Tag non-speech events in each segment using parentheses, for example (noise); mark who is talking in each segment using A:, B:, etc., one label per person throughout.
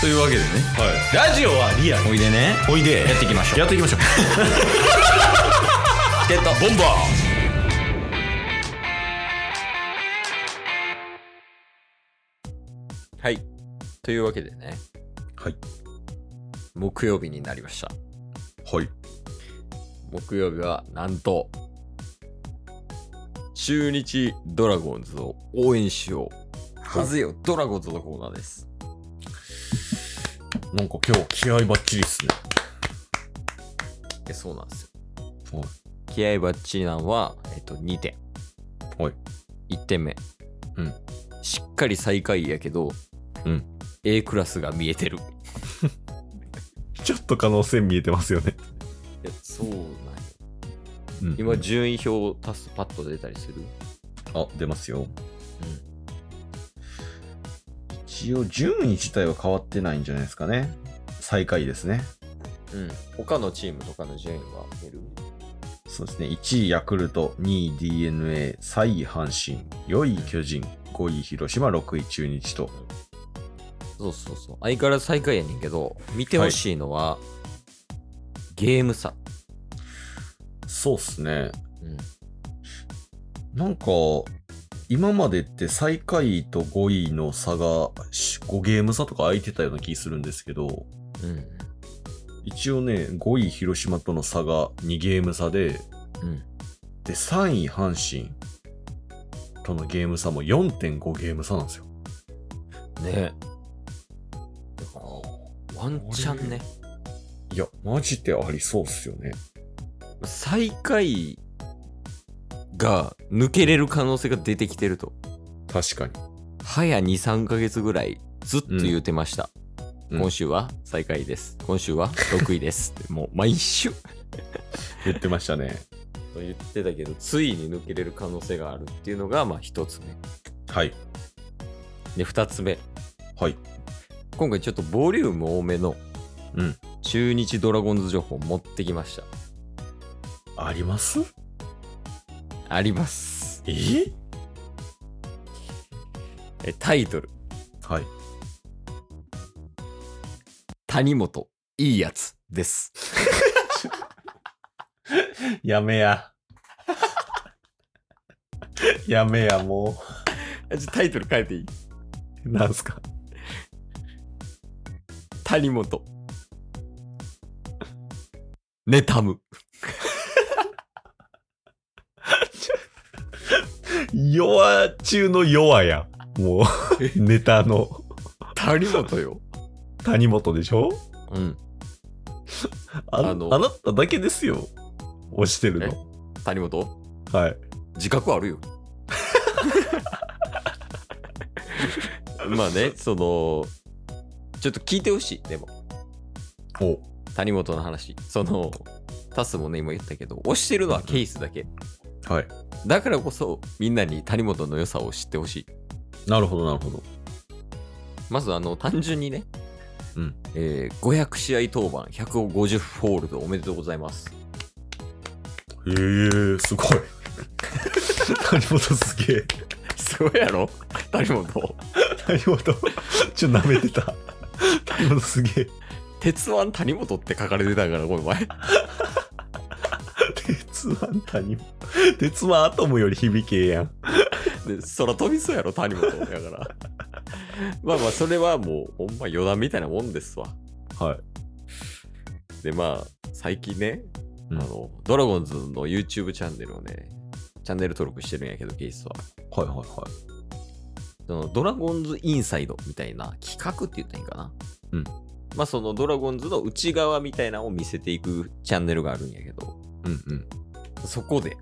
A: というわけでね
B: ラジオはリアル
A: おいでね
B: おいで
A: やっていきましょう
B: やっていきましょう
A: (laughs) チケットボンバーはいというわけでね
B: はい
A: 木曜日になりました
B: はい
A: 木曜日はなんと中日ドラゴンズを応援しよう風よドラゴンズのコーナーです
B: なんか今日気合バッチリっすね
A: えそうなんですよ
B: はい
A: 気合バッチリなんは、えっと、2点
B: はい
A: 1点目
B: うん
A: しっかり最下位やけど
B: うん
A: A クラスが見えてる
B: ちょっと可能性見えてますよね
A: いやそうなんよ
B: うん
A: 今順位表を足すとパッと出たりする
B: あ出ますよ一応順位自体は変わってないんじゃないですかね最下位ですね
A: うん他のチームとかの順位は見る
B: そうですね1位ヤクルト2位 d n a 3位阪神4位巨人5位広島6位中日と
A: そうそうそう相変わらず最下位やねんけど見てほしいのは、ゲーム差、
B: そうっすね
A: うん、
B: なんか今までって最下位と5位の差が5ゲーム差とか空いてたような気するんですけど
A: うん
B: 一応ね5位広島との差が2ゲーム差で
A: うん
B: で3位阪神とのゲーム差も4.5ゲーム差なんですよ
A: ねだからワンチャンね
B: いやマジでありそうっすよね
A: 最下位が抜けれる可能性が出てきてると
B: 確かに
A: 早23ヶ月ぐらいずっと言うてました、
B: うん
A: 今週は最下位です今週は6位ですって (laughs) もう毎週
B: 言ってましたね (laughs)
A: 言ってたけどついに抜けれる可能性があるっていうのがまあ一つ目
B: はい
A: で二つ目
B: はい
A: 今回ちょっとボリューム多めの
B: うん
A: 中日ドラゴンズ情報持ってきました
B: あります
A: あります
B: え
A: えタイトル
B: はい
A: 谷本いいやつ (laughs) です
B: やめや (laughs) やめやも
A: あちょタイトル変えていいう
B: なんすか
A: 谷本妬む
B: 弱中の弱やんもう (laughs) ネタの
A: 谷本よ
B: 谷本でしょ
A: うん
B: あ
A: あの
B: あなただけですよ押してるの
A: 谷本
B: はい
A: 自覚あるよまあねそのちょっと聞いてほしいでも
B: お
A: 谷本の話そのタスもね今言ったけど押してるのはケースだけ
B: はい
A: だからこそみんなに谷本の良さを知ってほしい
B: なるほどなるほど
A: まずあの単純にね、
B: うん
A: えー500試合登板150ホールドおめでとうございます
B: へえすごい (laughs) 谷本すげえ
A: すごいやろ谷本
B: 谷本ちょっと舐めてた (laughs) 谷本すげえ
A: 鉄腕谷本って書かれてたからこの前
B: 鉄腕谷本鉄腕アトムより響けえやん
A: で空飛びそうやろ谷本だからまあまあそれはもうほんま余談みたいなもんですわ
B: はい
A: でまあ最近ね、
B: うん
A: あのドラゴンズの YouTube チャンネルをねチャンネル登録してるんやけどケースは
B: はいはいはい
A: そのドラゴンズインサイドみたいな企画って言ったらいいんかな
B: うん
A: まあそのドラゴンズの内側みたいなのを見せていくチャンネルがあるんやけど
B: うんうん
A: そこで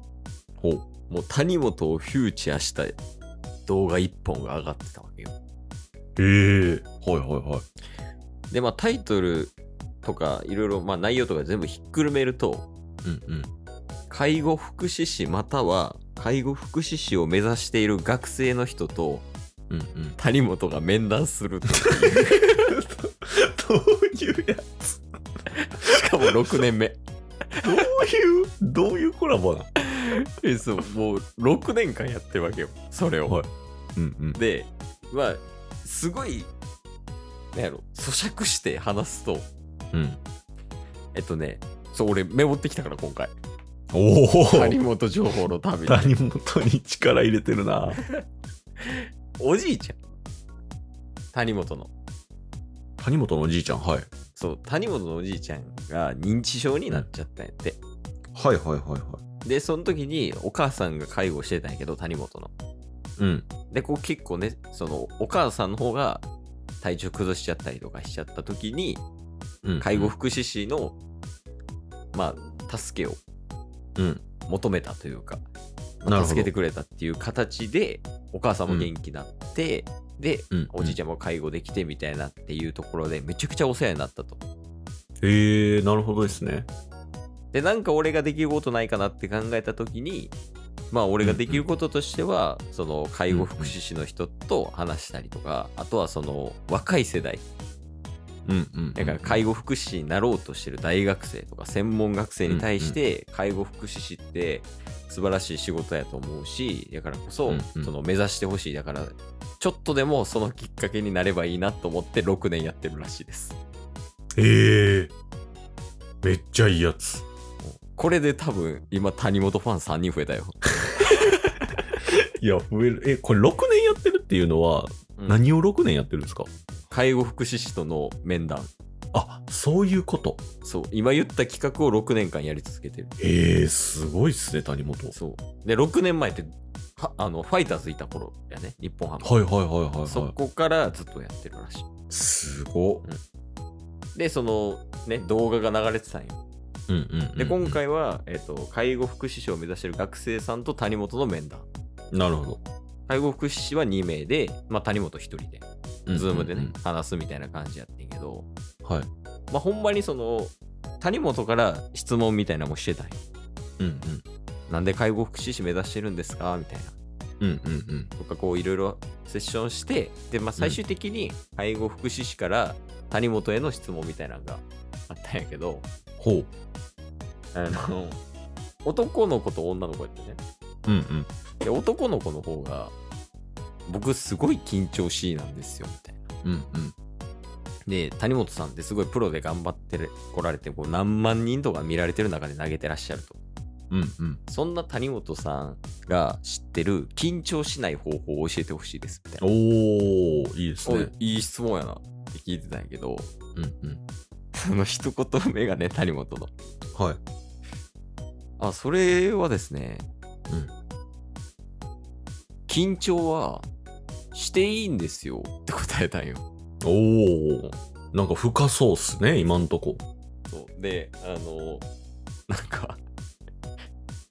B: ほう
A: もう谷本をフューチャーした動画1本が上がってたわけよ
B: ええはいはいはい
A: でまあタイトルとかいろいろまあ内容とか全部ひっくるめると
B: うんうん
A: 介護福祉士または介護福祉士を目指している学生の人と
B: うんうん
A: 谷本が面談す
B: (laughs)
A: るとし
B: どういうやつ
A: かも6年目
B: どういうどういうコラボな
A: えそうもう6年間やってるわけよそれを、
B: はいうんうん
A: でまあすごいなんやろ、咀嚼して話すと、
B: うん。
A: えっとね、そう、俺メモってきたから今回。
B: おお
A: 谷本情報の
B: (laughs)
A: ために。
B: 何元に力入れてるな。
A: おじいちゃん。谷本の。
B: 谷本のおじいちゃん、はい。
A: そう、谷本のおじいちゃんが認知症になっちゃったんやって。
B: はいはいはいは
A: で、その時にお母さんが介護してたんやけど、谷本の。
B: い。うん。
A: で、こう結構ね、そのお母さんの方が体調崩しちゃったりとかしちゃった時に、
B: うん、
A: 介護福祉士の、まあ、助けを
B: うん。
A: 求めたというか、
B: なるほど
A: 助けてくれたっていう形で、お母さんも元気になって、で、
B: うん。
A: おじいち
B: ゃ
A: ゃんも介護できてみたいなっていうところで、めちゃくちゃお世話になったと。
B: ん。へえー、なるほどですね。
A: で、なんか俺ができることないかなって考えた時に、まあ俺ができることとしては、その介護福祉士の人と話したりとか、あとはその若い世代、
B: うんうん。
A: だから介護福祉士になろうとしてる大学生とか専門学生に対して介護福祉士って素晴らしい仕事やと思うしだからこ
B: う
A: そ
B: んうん
A: その目指してほしいだからちょっとでもそのきっかけになればいいなと思って6年やってるらしいです
B: へえー。めっちゃいいやつ。
A: これで多分今谷本ファン3人増えたよ、
B: いや、増える。え、これ6年やってるっていうのは、何を6年やってるんですか
A: 介護福祉士との面談
B: あ、そういうこと。
A: そう今言った企画を6年間やり続けてる
B: へえー、すごいっすね、谷本。
A: そうで6年前ってはあのファイターズいた頃やね日本ハム、
B: はいはいはいはい、
A: そ
B: は
A: こからずっとやってるらしい
B: い。すごっ。
A: でそのね動画が流れてたんよ
B: うんうんうんうん
A: で今。回は、えっと介護福祉士を目指してる学生さんと谷本の面談
B: なるほ
A: 介護福祉士は2名で、まあ、谷本1人で
B: ど。
A: ズームでね、
B: うんうん
A: 話すみたいな感じやってんけど、
B: うん。はい。
A: まあ、ほんまにその谷本から質問みたいなのもしてたんよ
B: うん
A: なんで介護福祉士目指してるんですかみたいな
B: うん。うんうんうん。
A: とかこういろいろセッションしてで、まあ、最終的に介護福祉士から谷本への質問みたいなのがあったんやけど、
B: ほう。
A: あの、男の子と女の子やってね。
B: うんうん。
A: で、男の子の方が、僕すごい緊張しいなんですよ、みたいな。
B: うんうん。
A: で、谷本さんってすごいプロで頑張ってる来られて、こう何万人とか見られてる中で投げてらっしゃると。
B: うんうん。
A: そんな谷本さんが知ってる緊張しない方法を教えてほしいです、みたいな。
B: おー、いいです
A: お
B: ね
A: い。いい質問やなって聞いてたんやけど、
B: うんうん。
A: (laughs) その一言目がね、谷本の。
B: はい。
A: あ、それはですね、
B: うん
A: 緊張はしていいんですよって答えたんよ。
B: おー。なんか深そうっすね、今んとこ。
A: そうで、あの、なんか、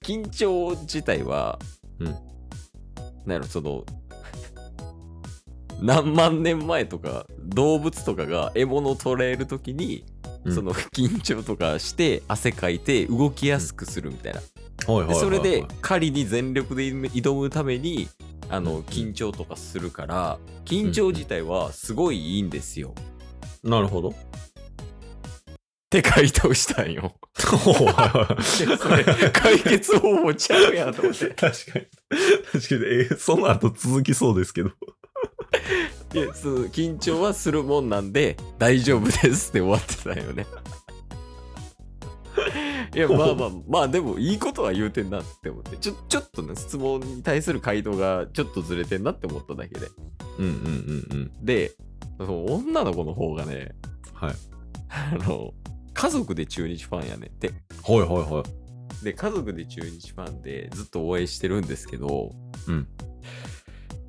A: 緊張自体は、
B: うん
A: なんやろ、その、何万年前とか動物とかが獲物を捕らえるときに、
B: うん
A: その緊張とかして汗かいて動きやすくするみたいな
B: はいはいはい、
A: で
B: はい。
A: それで狩りに全力で挑むためにあ
B: うんう
A: の
B: ん
A: 緊張とかするから緊張自体はすごいいいんですよっ
B: なるほ (laughs) ど。
A: て回答したんよ。でそれ
B: 確
A: 解決方法ちゃうやんと思って。
B: かに。確かに。えーその後続きそうですけど。
A: いやその緊張はするもんなんで大丈夫ですって終わってたんよ (laughs) ね。いやまあまあまあでもいいことは言うてんなって思ってちょちょっとね質問に対する回答がちょっとずれてんなって思っただけで
B: うんうんうんうん。
A: でその女の子の方がね
B: はい。
A: あの、家族で中日ファンやねんって。
B: はいはいはい。
A: で、家族で中日ファンでずっと応援してるんですけど、
B: うん。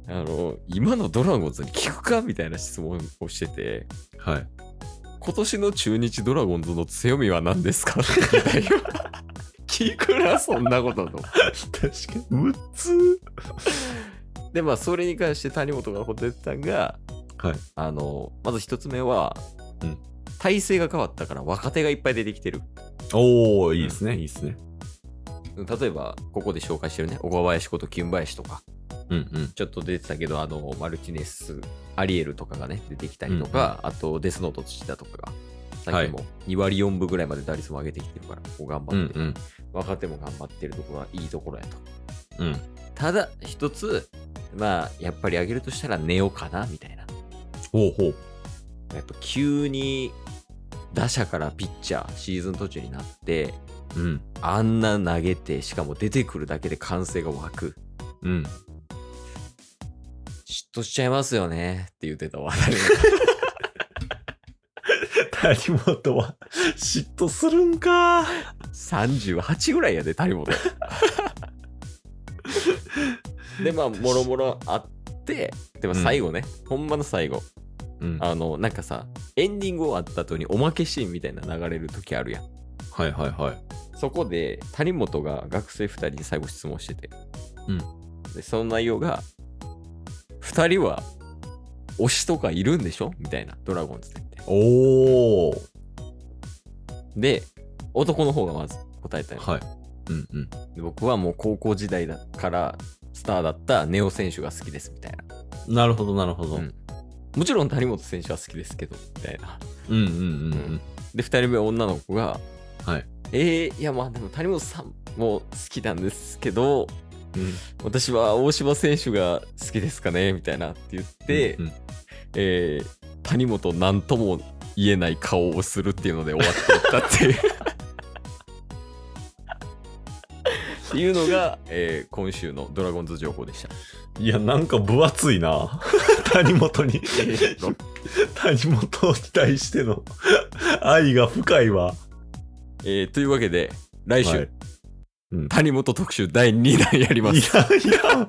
A: あの、今のドラゴンズに聞くかみたいな質問をしてて、
B: はい。
A: 今年の中日ドラゴンズの強みは何ですかって聞いたよ。 (laughs) 聞くな、そんなことと。
B: 確かに。むつ
A: で、まあ、それに関して谷本が答えてたんが、
B: はい。
A: あの、まず一つ目は、
B: うん
A: 体制が変わったから若手がいっぱい出てきてる。
B: おー、いいですね、いいですね。
A: 例えば、ここで紹介してるね、小川林こと金林とか、
B: うんうん。
A: ちょっと出てたけど、あの、マルティネス、アリエルとかがね、出てきたりとか、あと、デスノート土田とかが、最近も2割4分ぐらいまで打率も上げてきてるから、ここ頑
B: う
A: 張
B: ん
A: って、
B: うん。
A: 若手も頑張ってるところはいいところやと。
B: うん。
A: ただ、一つ、まあ、やっぱり上げるとしたらネオかな、みたいな。
B: ほうほう。
A: えっと、急に打者からピッチャー、シーズン途中になって、
B: うん。
A: あんな投げて、しかも出てくるだけで歓声が湧く。
B: うん。
A: 嫉妬しちゃいますよねって言ってたわ。
B: 谷本は嫉妬するんか。
A: 38ぐらいやで、谷
B: (laughs)
A: 本。で、まあ、もろもろあって、でも
B: うん
A: 最後ね、ほんまの最後、
B: うん。は
A: あの、なんかさ、エンディング終わった後におまけシーンみたいな流れる時あるやん。
B: いはいはい。
A: そこで、谷本が学生2人に最後質問してて。
B: うん
A: で、その内容が、2人は推しとかいるんでしょみたいな、ドラゴンズでって。
B: おー。
A: で、男の方がまず答えたよ。
B: はい。うんうん。
A: で僕はもう高校時代だからスターだったネオ選手が好きですみたいな。
B: なるほどなるほど。
A: う
B: うんん
A: もちろん谷本選手は好きですけど、みたいな。
B: うんうんうん。
A: で、2人目女の子が、
B: はい。
A: えー、いやまあでも谷本さんも好きなんですけど、
B: うん
A: 私は大島選手が好きですかねみたいなって言って、
B: うんうん
A: えー谷本なんとも言えない顔をするっていうので終わっていったっていう。っていうの
B: (laughs)
A: が、えー今週のドラゴンズ情報でした。
B: いや、なんか分厚い (laughs) な。谷本に。谷本に対しての愛が深いわ。
A: えーというわけで、来週、
B: はいうん
A: 谷本特集第2弾やりま
B: い (laughs)
A: す。
B: やいや、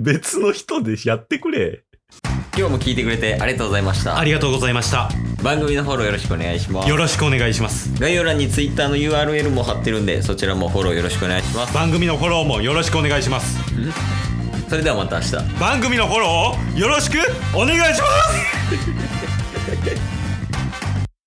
B: 別の人でやってくれ。
A: 今日も聞いてくれてありがとうございました。
C: ありがとうございました。
A: 番組のフォローよろしくお願いします
C: よ。ろしくお願いします。
A: 概要欄に Twitter の URL も貼ってるんで、そちらもフォローよろしくお願いします。
C: 番組のフォローもよろしくお願いします。
A: それではまた明日。
C: 番組のフォローをよろしくお願いします